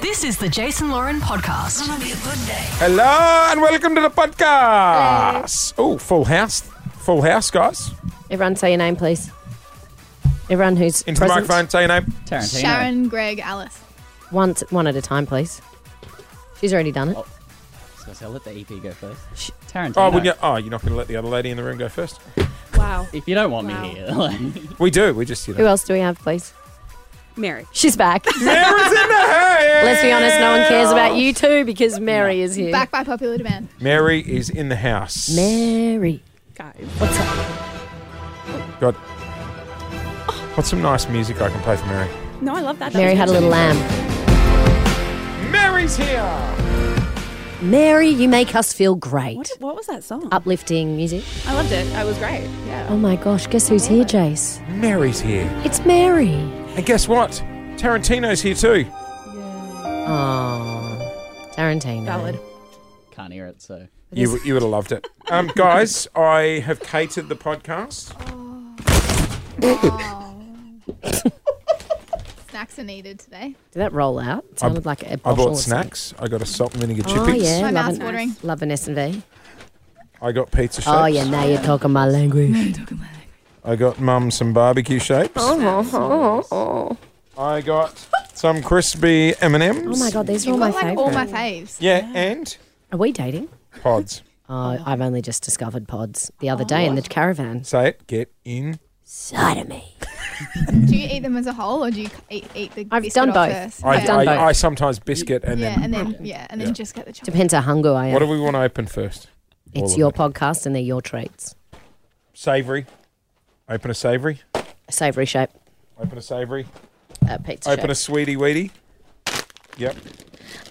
This is the Jason Lauren podcast. Hello and welcome to the podcast. Oh, full house, full house, guys. Everyone say your name, please. Everyone who's Into present, the microphone, say your name. Tarantino. Sharon, Greg, Alice. Once, one at a time, please. She's already done it. Oh. So, so I'll let the E EP go first. Sh- Tarantino. Oh, wouldn't you, oh, you're not going to let the other lady in the room go first? Wow. If you don't want Wow. me here, like, We do. We just, you know. Who else do we have, please? Mary. She's back. Mary's in the house. Let's be honest, no one cares about you two because Mary is here. Back by popular demand. Mary is in the house. Mary. Guys. God. What's some nice music I can play for Mary? No, I love that. That Mary was had a good. little lamb. Mary's here. Mary, you make us feel great. What, what was that song? Uplifting music. I loved it. I was great. Yeah. Oh my gosh, guess who's here, Jace? Mary's here. It's Mary. And guess what? Tarantino's here too. Oh, Tarantino. Valid. can't hear it, so. You, you would have loved it. Um, guys, I have catered the podcast. Snacks are needed today. Did that roll out? It sounded like a I bottle bought of snacks. I got a salt and vinegar Oh chippings. yeah, My love mouth's an, watering. love an S and V. I got pizza shapes. Oh yeah, now you're talking my language. I got mum some barbecue shapes. Oh, I got some crispy M and M's. Oh my god, these are You all my got like all favourite. my faves. Yeah, and Are we dating? pods. Oh, I've only just discovered pods the Oh, other day in the caravan. Say it. Get in. Side of me. Do you eat them as a whole or do you c- eat, eat the I've biscuit done off both. first? I, yeah. done I, both. I sometimes biscuit and yeah, then. and then yeah, and then just get the chocolate. Depends how hungry I am. What do we want to open first? all it's of your it. podcast and they're your treats. Savory. Open a savory. Savoury shape, Open a savory. uh, pizza Open a shape. sweetie weedy. Yep.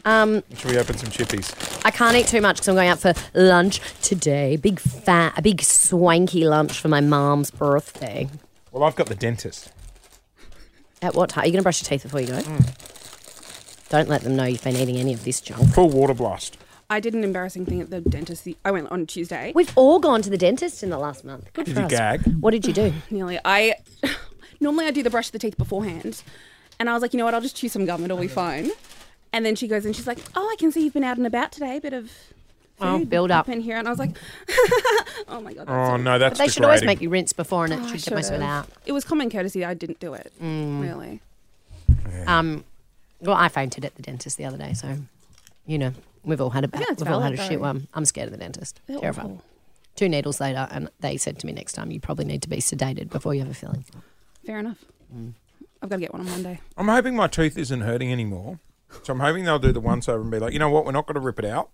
um, Should we open some chippies? I can't eat too much because I'm going out for lunch today. Big fat, a big swanky lunch for my mom's birthday. Well, I've got the dentist. At what time? Are you going to brush your teeth before you go? Mm. Don't let them know you've been eating any of this junk. Full water blast. I did an embarrassing thing at the dentist. The, I went on Tuesday. We've all gone to the dentist in the last month. Good Did for you us. gag? What did you do? Nearly. I normally I do the brush of the teeth beforehand, and I was like, you know what? I'll just chew some gum. It'll be fine. And then she goes and she's like, oh, I can see you've been out and about today. A bit of Oh, food build up. in here, and I was like, oh my god. That's Oh so- no, that's They should always degrading. make you rinse before and it Oh, I should get most of it should've. out. It was common courtesy. I didn't do it. Really. Um, well, I fainted at the dentist the other day, so you know we've all had a bad, that's we've all had a valid, shit though. one. I'm scared of the dentist. They're Terrified. awful. Two needles later, and they said to me next time you probably need to be sedated before you have a filling. Fair enough. I've got to get one on Monday. I'm hoping my tooth isn't hurting anymore. So I'm hoping they'll do the once over and be like, you know what, we're not going to rip it out.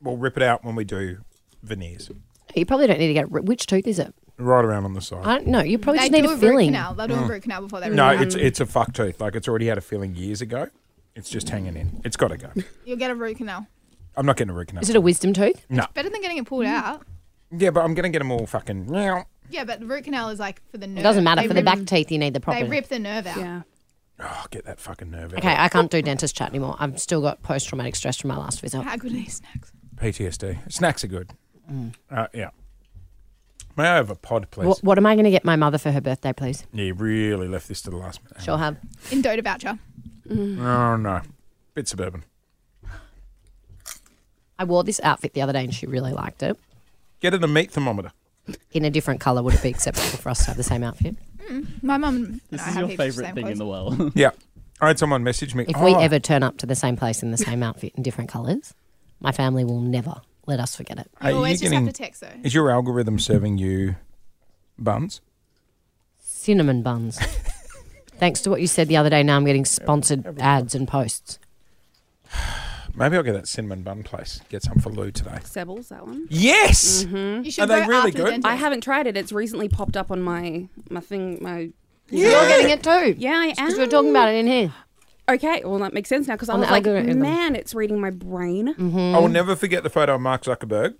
We'll rip it out when we do veneers. You probably don't need to get ri- which tooth is it? Right around on the side. I don't know. You probably They just need do a a root filling. canal. They'll do a root canal before they no, remove it. it's it's a fuck tooth. Like it's already had a filling years ago. It's just hanging in. It's got to go. You'll get a root canal. I'm not getting a root canal. Is it a wisdom tooth? no. Better than getting it pulled Mm. out. Yeah, but I'm going to get them all fucking. meow. Yeah, but the root canal is like for the nerve. It doesn't matter They for the rip- back teeth. You need the proper. They rip the nerve out. Yeah. Oh, get that fucking nerve out. Okay, I can't do dentist chat anymore. I've still got post traumatic stress from my last visit. How good are these snacks? PTSD. Snacks are good. Uh, yeah. May I have a pod, please? What, what am I going to get my mother for her birthday, please? Yeah, you really left this to the last minute. She'll have. In Dota voucher. Oh no, bit suburban. I wore this outfit the other day and she really liked it. Get her the meat thermometer. In a different colour, would it be acceptable for us to have the same outfit? My mum. This and I is have your heaps of favourite same thing in clothes. the world. Yeah. I had someone message me. If we "Oh, ever turn up to the same place in the same outfit in different colours, my family will never let us forget it. are You always you just getting- have to text Hmm? though. is your algorithm serving you buns? Cinnamon buns. Thanks to what you said the other day, now I'm getting sponsored ads and posts. Maybe I'll get that cinnamon bun place. Get some for Lou today. Sebbles, that one. Yes. Mm-hmm. You should Are they go really after good? The dentist. I haven't tried it. It's recently popped up on my my thing. My You're getting it too. yeah, I am. Because we're talking about it in here. Okay, well that makes sense now because I On was the like, algorithm. man, it's reading my brain. I will never forget the photo of Mark Zuckerberg,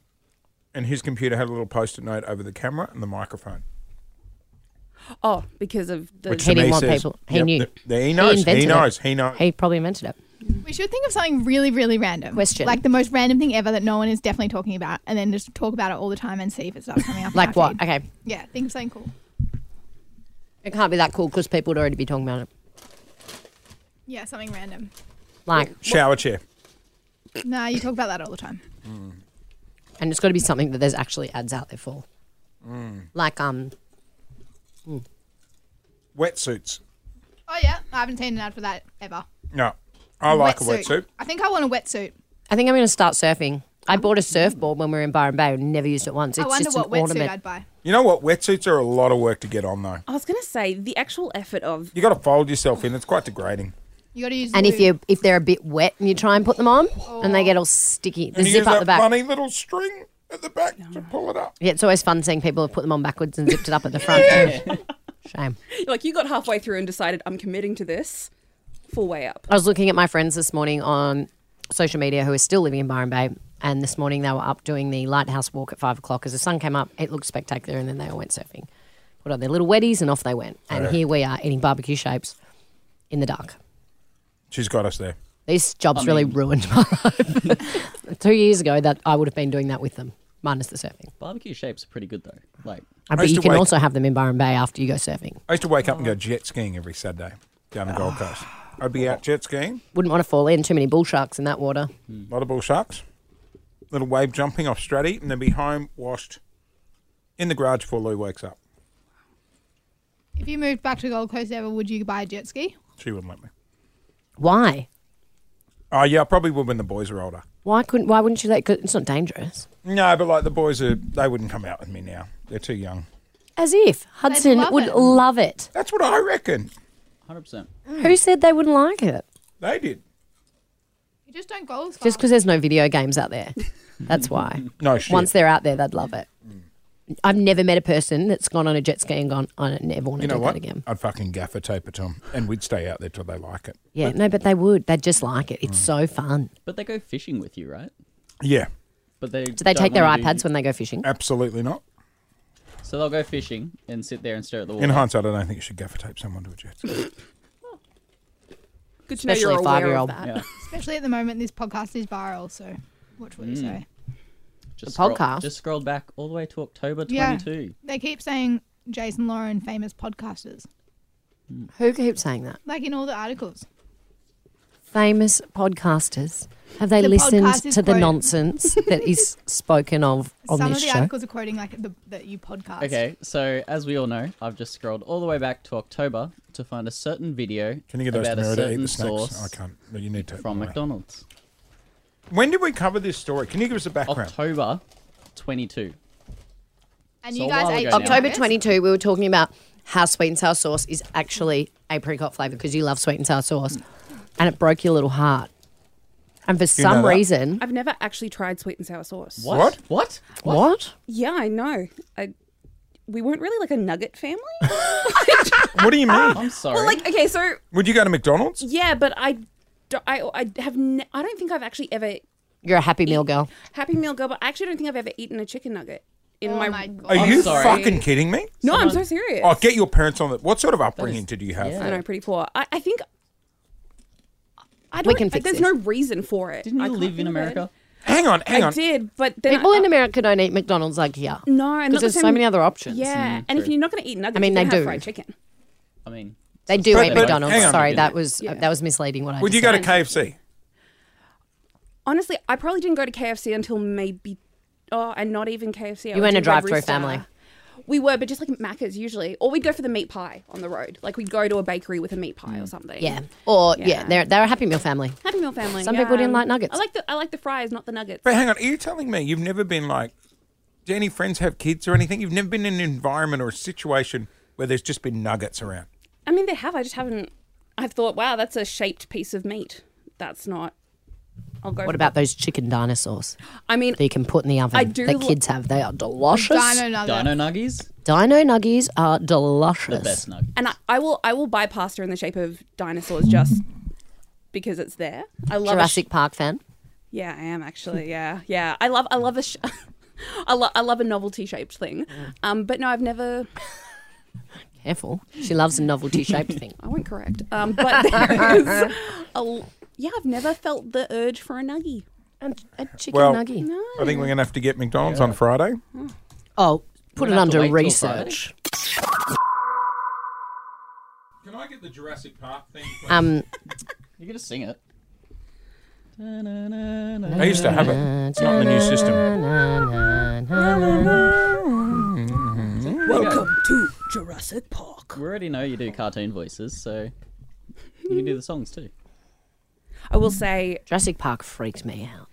and his computer had a little post-it note over the camera and the microphone. Oh, because of the Which He to me didn't want says- people- he knew. th- th- he He knows. He, invented it. knows. He knows. He probably invented it. We should think of something really, really random. Question. Like the most random thing ever that no one is definitely talking about, and then just talk about it all the time and see if it starts coming up. in Like our what? feed. Okay. Yeah, think of something cool. It can't be that cool because people would already be talking about it. Yeah, something random. Like, Shower chair. Nah, you talk about that all the time. and it's got to be something that there's actually ads out there for. Like, um, Wetsuits. Oh yeah, I haven't seen an ad for that ever. No. I like a wetsuit. I think I want a wetsuit. I think I'm going to start surfing. I bought a surfboard when we were in Byron Bay and never used it once. It's I wonder just an what wetsuit ornament. I'd buy. You know what? Wetsuits are a lot of work to get on, though. I was gonna say the actual effort of You got to fold yourself in. It's quite degrading. You got to use. and if lube. you if they're a bit wet and you try and put them on and they get all sticky, the And you zip use up that the back. funny little string at the back to pull it up. Yeah, it's always fun seeing people have put them on backwards and zipped it up at the front. too. Shame. like you got halfway through and decided I'm committing to this full way up. I was looking at my friends this morning on social media who are still living in Byron Bay, and this morning they were up doing the lighthouse walk at five o'clock. As the sun came up, it looked spectacular, and then they all went surfing. Put on their little weddies and off they went. And here we are eating barbecue shapes in the dark. She's got us there. These jobs really ruined my life. Two years ago, that I would have been doing that with them, minus the surfing. Barbecue shapes are pretty good though. Like, Uh, But used you to can wake- also have them in Byron Bay after you go surfing. I used to wake up Oh. and go jet skiing every Saturday down the Ah. Gold Coast. I'd be out jet skiing, Wouldn't want to fall in. Too many bull sharks in that water. a lot of bull sharks, little wave jumping off Stratty, and then be home washed in the garage before Lou wakes up. if you moved back to Gold Coast ever, would you buy a jet ski? She wouldn't let me. Why? Oh, yeah, I probably would when the boys are older. Why couldn't? Why wouldn't you let? 'cause it's not dangerous. No, but like the boys are, they wouldn't come out with me now. They're too young. As if Hudson love would it. love it. That's what I reckon. 100%. Mm. Who said they wouldn't like it? They did. You just don't go as far. Just because there's no video games out there. That's why. No shit. Mm. Once they're out there, they'd love it. I've never met a person that's gone on a jet ski and gone, I don't never want to you know do what? that again. I'd fucking gaffer tape it to 'em, and we'd stay out there till they like it. Yeah, no, but they would. They'd just like it. Mm. It's so fun. But they go fishing with you, right? Yeah, But they Do they take their iPads when they go fishing? absolutely not. So they'll go fishing and sit there and stare at the water. In hindsight, I don't think you should gaffer tape someone to a jet ski. Good to know Especially you're a aware five-year-old. of that. Yeah. Especially at the moment, this podcast is viral. So, what Mm. would you say? Just The scroll- podcast. just scrolled back all the way to October Yeah. 22. They keep saying Jason Lauren, famous podcasters, Who keeps saying that? like in all the articles. Famous podcasters. Have they The listened podcast is to the quote- nonsense that is spoken of on Some this of the show? articles are quoting like the, that you podcast. Okay, so as we all know, I've just scrolled all the way back to October to find a certain video Can you get those about to a Mira to eat certain the snakes? source I can't. No, you need to. from Alright. McDonald's. When did we cover this story? Can you give us a background? October 22. And So you a guys while ate ago now. October October October 20. 22, we were talking about how sweet and sour sauce is actually apricot flavour because you love sweet and sour sauce. And it broke your little heart. And for know some that? reason, I've never actually tried sweet and sour sauce. What? What? what? Yeah, I know. I we weren't really like a nugget family. What do you mean? I'm sorry. well, like okay, so Would you go to McDonald's? yeah, but I, do- I, I have ne- I don't think I've actually ever You're a happy meal girl. Happy Meal girl, but I actually don't think I've ever eaten a chicken nugget in Oh my. my God. Are I'm you sorry. fucking kidding me? No, I'm so serious. Oh, get your parents on it. What sort of upbringing did you have? yeah. I know, pretty poor. I, I think. I don't, We can fix There's this. no reason for it. Didn't I you can't live in think of it. America? Hang on, hang I on. did, but then People I, in America don't eat McDonald's like here. No, and not Because the there's so same- many other options. Mm, Yeah, and if you're not going to eat nuggets, I mean, mean, they you do. can have fried chicken. I mean, They do But- eat but- McDonald's. hang on. Sorry, Yeah. that was uh, Yeah. that was misleading what I Would just you go to said. KFC? Honestly, I probably didn't go to KFC until maybe, oh, and not even KFC. I You went weren't to a Red drive-thru Rooster. family. We were, but just like Macca's usually, or we'd go for the meat pie on the road. Like we'd go to a bakery with a meat pie or something. Mm, Yeah. Or, yeah, Yeah. they're, they're a happy meal family. Happy Meal family. Some people yeah. didn't like nuggets. I like the I like the fries, not the nuggets. But hang on, are you telling me you've never been like, do any friends have kids or anything? You've never been in an environment or a situation where there's just been nuggets around. I mean, they have. I just haven't. I've thought, wow, that's a shaped piece of meat. That's not. I'll go. What for about that. those chicken dinosaurs I mean, that you can put in the oven I do that lo- kids have? They are delicious. Dino Dino, nugget. Dino nuggies Nuggies, are delicious. the best nugget. and I, I will. I will buy pasta in the shape of dinosaurs just because it's there. I love. a sh- Jurassic Park fan. yeah, I am actually. Yeah, yeah. I love. I love a. Sh- I, lo- I love a novelty shaped thing. Um, but no, I've never. Careful. She loves a novelty shaped thing. I won't correct. Um, but there is. A, l- yeah, I've never felt the urge for a nuggie. A, a chicken Well- nugget. No. I think we're going to have to get McDonald's on Friday. Oh, put We're it gonna have to under wait till Friday. research. Can I get the Jurassic Park thing? Um, You're going to sing it. I used to have it. It's not in the new system. Welcome to Jurassic Park. We already know you do cartoon voices, so you can do the songs too. I will say, Jurassic Park freaked me out.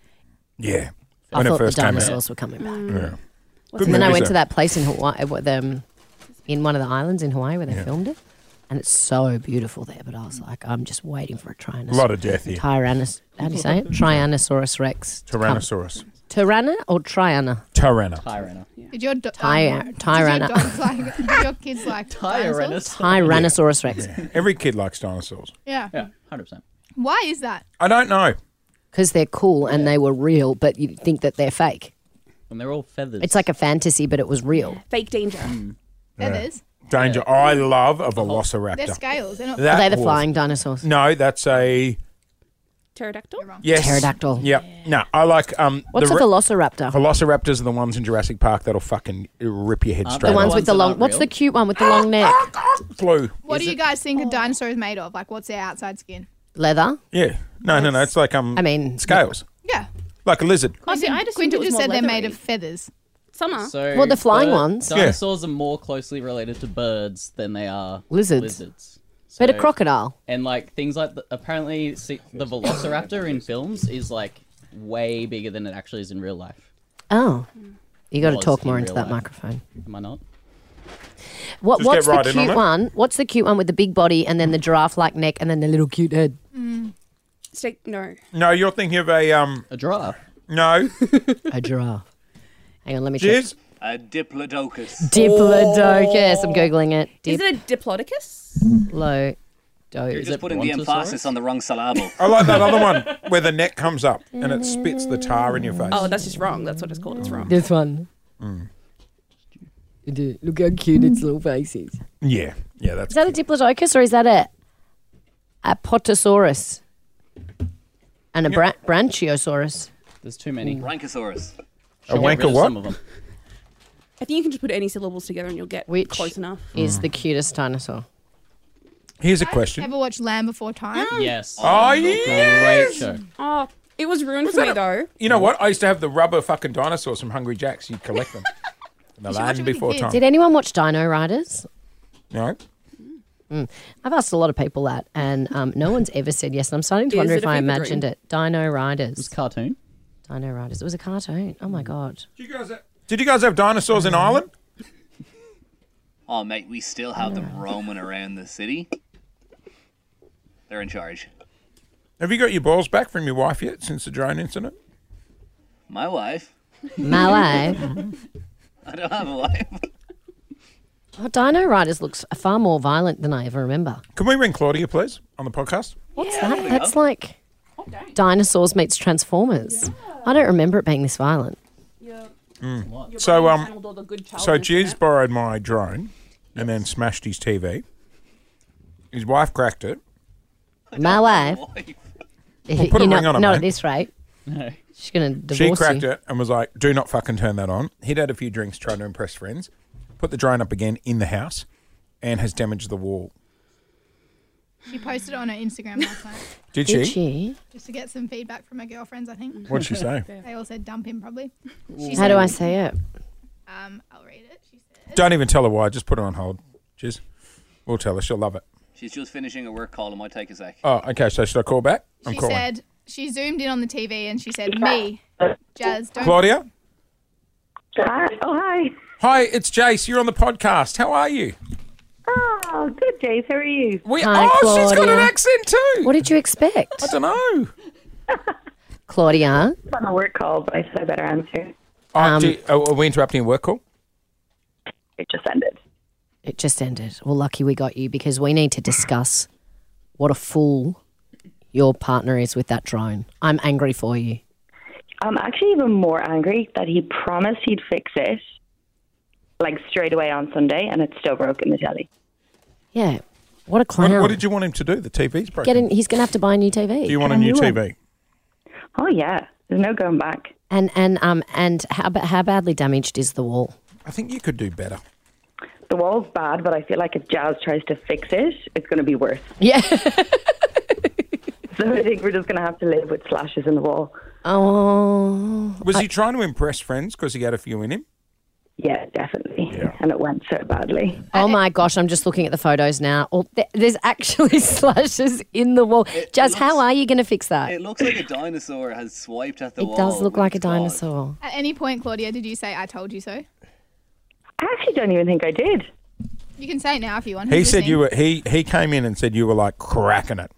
Yeah. I When it thought first the came out. dinosaurs were coming Mm. back. Yeah. What's And then I movies, went though. to that place in Hawaii, with, um, in one of the islands in Hawaii where they filmed it, and it's so beautiful there. But I was like, I'm just waiting for A a lot Tyrannosaurus. of death here. Tyrannos, how do you say it? Tyrannosaurus Rex. to come. Tyrannosaurus. Tyranna or Triana? Tyranna. Tyrannus. Did your do- um, Tyra- did your Tyrana. dogs like? Did your kids like? dinosaurs? Tyrannus. Tyrannosaurus Rex. Every kid likes dinosaurs. Yeah. Yeah, hundred percent. Why is that? I don't know. Because they're cool and they were real, but you think that they're fake. And they're all feathers. It's like a fantasy, but it was real. fake danger. Hmm. Feathers. Danger. I love a They're velociraptor. scales. They're not. That Are they the was- flying dinosaurs? No, that's a Pterodactyl? yes. Pterodactyl. Yep. No, I like um. What's the a re- velociraptor? Velociraptors are the ones in Jurassic Park that'll fucking rip your head Aren't straight Ah, the they off. ones with the that long. aren't What's the real. cute one with the long neck? Blue. What do Is you it- guys think a dinosaur is made of? Like, what's their outside skin? Leather. Yeah. No, no, no. It's like um. I mean- scales. Yeah. Like a lizard. Oh, see, I just think Quinta it was just more said they're made leathery. of feathers. Some are. So Well, the flying bird- ones. Yeah. Dinosaurs are more closely related to birds than they are Lizards. Lizards. But a So- crocodile. And like things like the, apparently see, the Velociraptor in films is like way bigger than it actually is in real life. Oh. You got to Was talk in more into real that life. microphone. Am I not? What, Just what's get right the in on cute it. one? What's the cute one with the big body and then the giraffe like neck and then the little cute head? Steak, no. No, you're thinking of a um. A giraffe. No. A giraffe. Hang on, let me check. Cheers. A diplodocus. Diplodocus. I'm Googling it. Is it a Diplodocus? Diplo. You're just it putting the brontosaurus? emphasis on the wrong syllable. I like that other one where the neck comes up and it spits the tar in your face. Oh, that's just wrong. That's what it's called. It's wrong. This one. Look how cute its little face is. Yeah. Yeah. That's Is that a diplodocus or is that a apatosaurus and a bra- brachiosaurus? There's too many. Rankosaurus. a Get rid wanker of what? Some of them. I think you can just put any syllables together and you'll get Which- close enough. Is the cutest dinosaur? Here's a question. Ever watched Land Before Time? Yes. Oh Great yes. show. Oh, it was ruined for me, though. You know what? I used to have the rubber fucking dinosaurs from Hungry Jack's. You'd collect them. the should watch it land with your before kids. time. Did anyone watch Dino Riders? No. I've asked a lot of people that, and um, no one's ever said yes. And I'm starting to Is wonder it if a I fever imagined it. Dino Riders. Cartoon. Dino Riders. It was a cartoon. Oh my god. Did you guys have, Mm-hmm. did you guys have dinosaurs in Ireland? Oh, mate, we still have them roaming around the city. They're in charge. Have you got your balls back from your wife yet since the drone incident? My wife. My life. I don't have a wife. Oh, Dino Riders looks far more violent than I ever remember. Can we ring Claudia, please, on the podcast? What's that? That's like dinosaurs meets Transformers. I don't remember it being this violent. Oh, So um, so Jez borrowed my drone and then smashed his TV. His wife cracked it. My wife. Wife. put a you know- ring on it, Not mate. at this rate. No. She's going to She divorce cracked you. it and was like, "Do not fucking turn that on." He'd had a few drinks, trying to impress friends. Put the drone up again in the house, and has damaged the wall. She posted it on her Instagram last night Did, Did she? she? just to get some feedback from her girlfriends. I think What'd she say? they all said dump him probably. How do I say it? Um, I'll read it. She said, Don't even tell her why. Just put her on hold. Jez, we'll tell her. She'll love it. She's just finishing a work call. It might take a sec. Oh, okay. So should I call back? I'm she calling. said she zoomed in on the TV and she said me, Uh, Jazz. Don't Claudia. Hi. Oh, hi. Hi, it's Jace. You're on the podcast. How are you? Oh, good, Jace. How are you? We, Hi, oh, she's got an Claudia. accent too. What did you expect? I don't know. Claudia, I'm on a work call, but I said I better answer. Oh, Um, do- oh, are we interrupting a work call? It just ended. it just ended. Well, lucky we got you because we need to discuss what a fool your partner is with that drone. I'm angry for you. I'm actually even more angry that he promised he'd fix it, like straight away on Sunday, and it's still broken the telly. Yeah. What a What, clown. what did you want him to do? The TV's broken. Get in, he's going to have to buy a new TV. Do you want a new Can I do TV? Oh yeah, there's no going back. and and um and how ba- how badly damaged is the wall? I think you could do better. The wall's bad, but I feel like if Jazz tries to fix it, it's going to be worse. Yeah. It's So I think we're just going to have to live with slashes in the wall. Oh, Was he trying to impress friends because he had a few in him? Yeah, definitely. And it went so badly. oh my gosh! I'm just looking at the photos now. Oh, th- there's actually slashes in the wall. Jazz, how are you going to fix that? It It, looks like a dinosaur has swiped at the wall. does look with like a its claws. dinosaur. At any point, Claudia, did you say I told you so? I actually don't even think I did. You can say it now if you want. He Who's said you listening? were. He he came in and said you were like cracking it.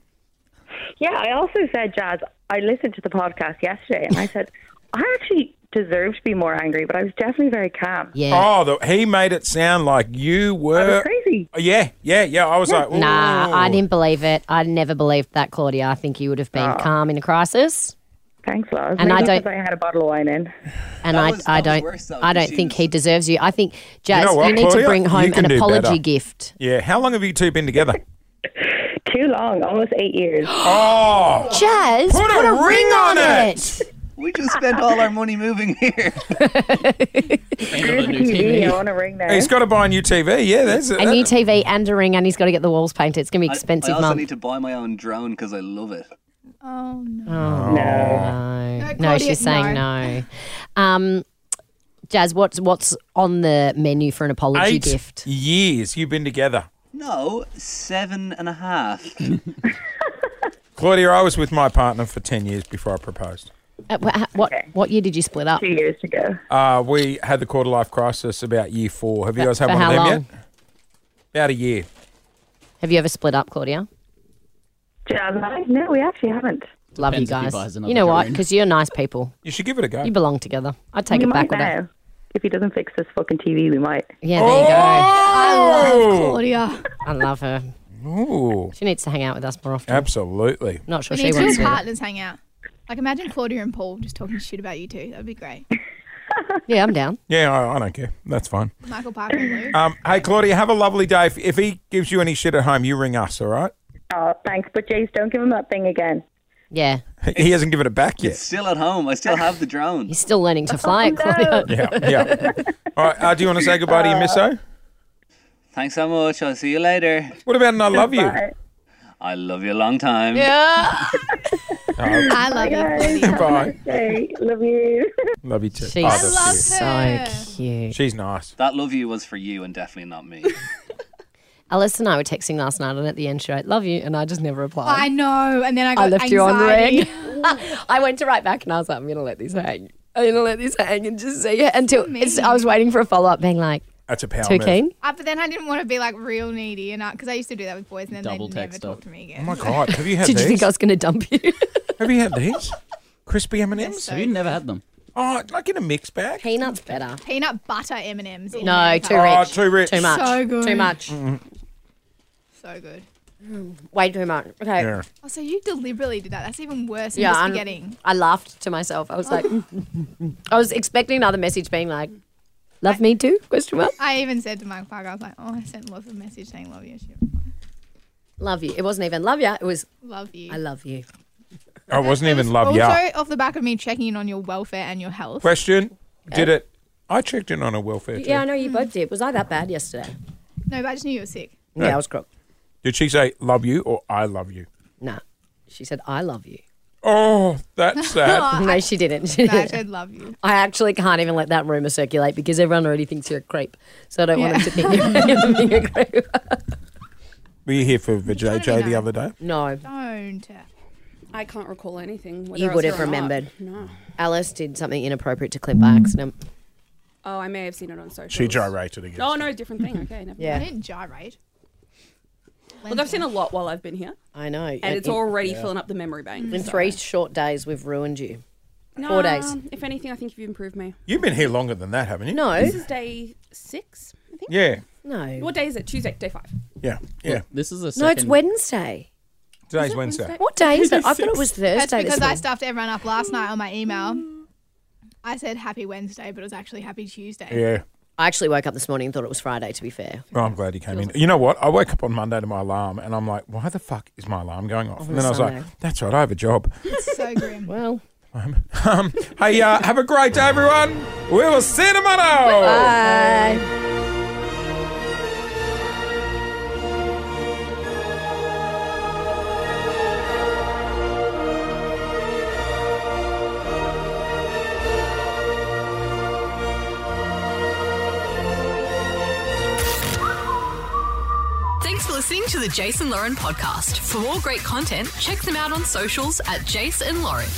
Yeah, I also said, Jazz, I listened to the podcast yesterday and I said, I actually deserve to be more angry, but I was definitely very calm. Yeah. Oh, Oh, the, he made it sound like you I was were. crazy. Yeah, yeah, yeah. I was like, Nah, I "Ooh." didn't believe it. I never believed that, Claudia. I think you would have been Ah. calm in a crisis, Thanks, Lars. And I Maybe don't- because I had a bottle of wine in. and That I, was- I that was don't, worse, though, I don't because she think was- he deserves you. I think Jazz, you, know what, need Claudia? to bring You home can an do apology better. gift. Yeah. How long have you two been together? Too long, almost eight years. oh, Jazz, Put a ring on it. We just spent all our money moving here. And on a new TV, I TV. want to ring now. he's got to buy a new TV. Yeah, that's it. A new That- TV and a ring, and he's got to get the walls painted. It's going to be I- expensive, I, also mum. need to buy my own drone because I love it. Oh no. No. No, no, Claudia, she's saying no. Um, Jazz, what's what's on the menu for an apology eight gift? years you've been together. No, seven and a half. Claudia, I was with my partner for 10 years before I proposed. Uh, wha- ha- what what year did you split up? Two years to go. Uh, we had the quarter life crisis about year four. Have you guys had for one how of them long? yet? About a year. Have you ever split up, Claudia? Jazz, and I? no, we actually haven't. Love Depends you if he guys. buys another you know what? drone. Because you're nice people. You should give it a go. You belong together. I take we it might back with now. her. If he doesn't fix this fucking TV, we might. Yeah, there you Oh! go. Claudia. I love her. Ooh, She needs to hang out with us more often. absolutely. Not sure We she need two wants to. partners hang out. Like imagine Claudia and Paul just talking shit about you two. That'd be great. Yeah, I'm down. Yeah, I, I don't care. That's fine. Michael Parker and Lou. Um, hey, Claudia, have a lovely day. If, if he gives you any shit at home, you ring us, all right? Oh, thanks. But Jace, don't give him that thing again. Yeah, He hasn't given it back yet. Still at home. I still have the drone. he's still learning to fly it, Claudia. Yeah, yeah. All right, uh, do you want to say goodbye to your Uh, misso? Thanks so much. I'll see you later. What about an I love you? Bye. I love you a long time. I love you, Claudia. Oh, Bye. Hey, love you. Love you too. She's Oh, that's cute. her. so cute. She's nice. That love you was for you and definitely not me. Alice and I were texting last night, and at the end, she wrote, Love you. And I just never replied. I know. And then I got I left anxiety. you on red. I went to write back and I was like, I'm going to let this hang. I'm going to let this hang and just see it until it's, I was waiting for a follow up being like, That's a power too move. keen? Uh, but then I didn't want to be like real needy, and because I, used to do that with boys, and then Double they never text talk up. to me Oh again. my god, have you had Did these? you think I was going to dump you? Have you had these? Crispy M and M's? Have you never had them? Oh, like in a mixed bag. Peanuts better. Peanut butter M and M's. No, too Oh, rich. too rich. Too much. So good. Too much. so good. Way too much. Okay. Yeah. Oh, so you deliberately did that? That's even worse. Yeah, Yeah, I'm- just forgetting. I laughed to myself. I was like, I was expecting another message being like, Love me too? Question mark. I even said to Michael Parker, I was like, "Oh, I sent lots of message saying love you." She replied, Love you. It wasn't even love ya. It was Love you. I love you. I wasn't It was even love Also, ya. off the back of me checking in on your welfare and your health. Question: Did it? I checked in on a welfare check. Yeah, I know you both did. Was I that bad yesterday? No, but I just knew you were sick. Yeah, I was crook. Did she say "love you" or "I love you"? No. She said, I love you. Oh, that's sad. No, she didn't. She But I didn't. said love you. I actually can't even let that rumor circulate because everyone already thinks you're a creep. So I don't want them to think you're being a creep. Were you here for trying JJ to be the nice. other day? No. Don't. I can't recall anything. whether You I would was have there or not. remembered. No. Alice did something inappropriate to Clint by accident. Oh, I may have seen it on social. She gyrated again. Oh no, different thing. Okay, never I mind. didn't gyrate. Look, I've seen a lot while I've been here, I know. and it's in, already filling up the memory bank. in so- three short days we've ruined you. four Nah, days. If anything, I think you've improved me. You've been here longer than that, haven't you? No. This is day six, I think. Yeah, No. What day is it? Tuesday, day five. yeah, yeah. This is a second. No, it's Wednesday. Today's Wednesday. What day is it? I thought it was That's Thursday. because this I morning. stuffed everyone up last night on my email. I said happy Wednesday, but it was actually happy Tuesday. Yeah. I actually woke up this morning and thought it was Friday, to be fair. Well, I'm glad you came in. You know what? I woke up on Monday to my alarm, and I'm like, "Why the fuck is my alarm going off?" And then I was like, Sunday. "That's right, I have a job." It's so grim. Well, Um, hey, uh, have a great day, everyone. We will see you tomorrow. bye. listening to the Jason Lauren podcast. For more great content, check them out on socials at Jason Lauren.